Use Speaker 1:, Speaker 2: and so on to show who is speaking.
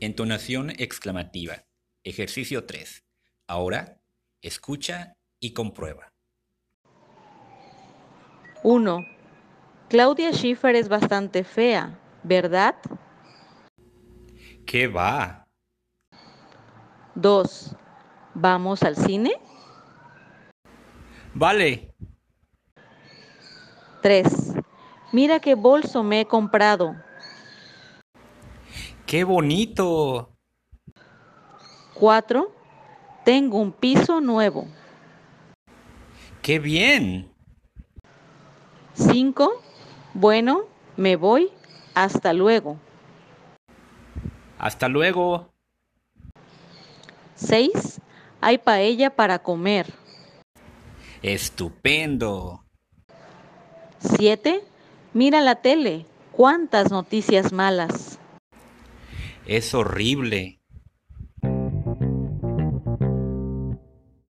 Speaker 1: Entonación exclamativa. Ejercicio 3. Ahora, escucha y comprueba.
Speaker 2: 1. Claudia Schiffer es bastante fea, ¿verdad?
Speaker 1: ¿Qué va?
Speaker 2: 2. ¿Vamos al cine?
Speaker 3: Vale,
Speaker 2: 3. Mira qué bolso me he comprado.
Speaker 3: qué bonito.
Speaker 2: 4. Tengo un piso nuevo.
Speaker 3: Qué bien.
Speaker 2: 5. Bueno, me voy. Hasta luego.
Speaker 3: Hasta luego.
Speaker 2: 6. Hay paella para comer.
Speaker 3: Estupendo.
Speaker 2: 7. Mira la tele. ¿Cuántas noticias malas?
Speaker 3: Es horrible.